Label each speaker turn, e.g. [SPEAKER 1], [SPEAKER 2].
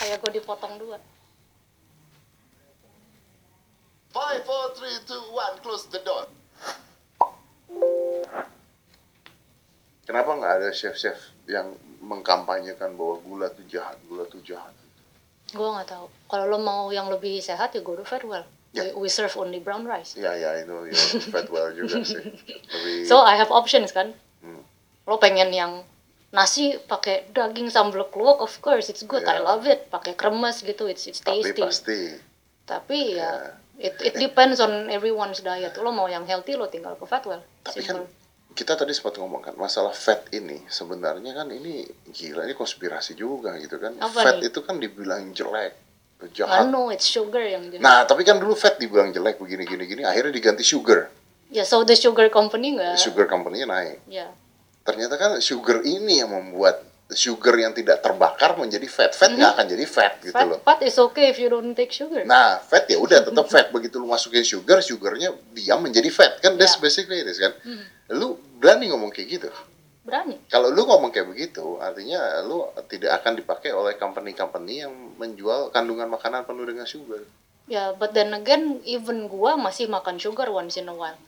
[SPEAKER 1] kayak gue dipotong dua
[SPEAKER 2] Five, four, three, two, one. Close the door. Kenapa nggak ada chef-chef yang mengkampanyekan bahwa gula tuh jahat, gula tuh jahat?
[SPEAKER 1] gue nggak tahu kalau lo mau yang lebih sehat ya go to Fedwell
[SPEAKER 2] Ya.
[SPEAKER 1] we, we serve only brown rice
[SPEAKER 2] Ya ya itu ya fatwa juga sih. Lebih
[SPEAKER 1] so I have options kan
[SPEAKER 2] Hmm.
[SPEAKER 1] lo pengen yang nasi pakai daging sambal keluak of course it's good I
[SPEAKER 2] Ya.
[SPEAKER 1] love it pakai kremes gitu it's it's
[SPEAKER 2] tapi Iya.
[SPEAKER 1] tasty tapi,
[SPEAKER 2] pasti.
[SPEAKER 1] ya it it depends on everyone's diet lo mau yang healthy lo tinggal ke Fedwell
[SPEAKER 2] Tapi kan
[SPEAKER 1] simple
[SPEAKER 2] kita tadi sempat ngomong kan masalah fat ini sebenarnya kan ini gila ini konspirasi juga gitu kan.
[SPEAKER 1] Apa
[SPEAKER 2] fat
[SPEAKER 1] nih? Anu.
[SPEAKER 2] itu kan dibilang jelek,
[SPEAKER 1] I
[SPEAKER 2] jahat.
[SPEAKER 1] know it's sugar yang jenis
[SPEAKER 2] ya, Nah, tapi kan dulu fat dibilang jelek begini gini gini akhirnya diganti sugar.
[SPEAKER 1] ya so the sugar company nggak
[SPEAKER 2] Sugar company-nya naik.
[SPEAKER 1] ya
[SPEAKER 2] Ternyata kan sugar ini yang membuat sugar yang tidak terbakar menjadi fat. Fat nggak akan jadi fat gitu
[SPEAKER 1] Mm-hmm. fat
[SPEAKER 2] loh.
[SPEAKER 1] fat is okay if you don't take sugar
[SPEAKER 2] Nah, fat ya udah tetap fat. Begitu lu masukin sugar, sugarnya diam menjadi fat. Kan that's
[SPEAKER 1] Ya. Mm-hmm.
[SPEAKER 2] basically it is kan. Lu berani ngomong kayak gitu.
[SPEAKER 1] berani
[SPEAKER 2] Kalau lu ngomong kayak begitu, artinya lu tidak akan dipakai oleh company-company yang menjual kandungan makanan penuh dengan sugar.
[SPEAKER 1] Ya, but then again, even gua masih makan sugar once in a while.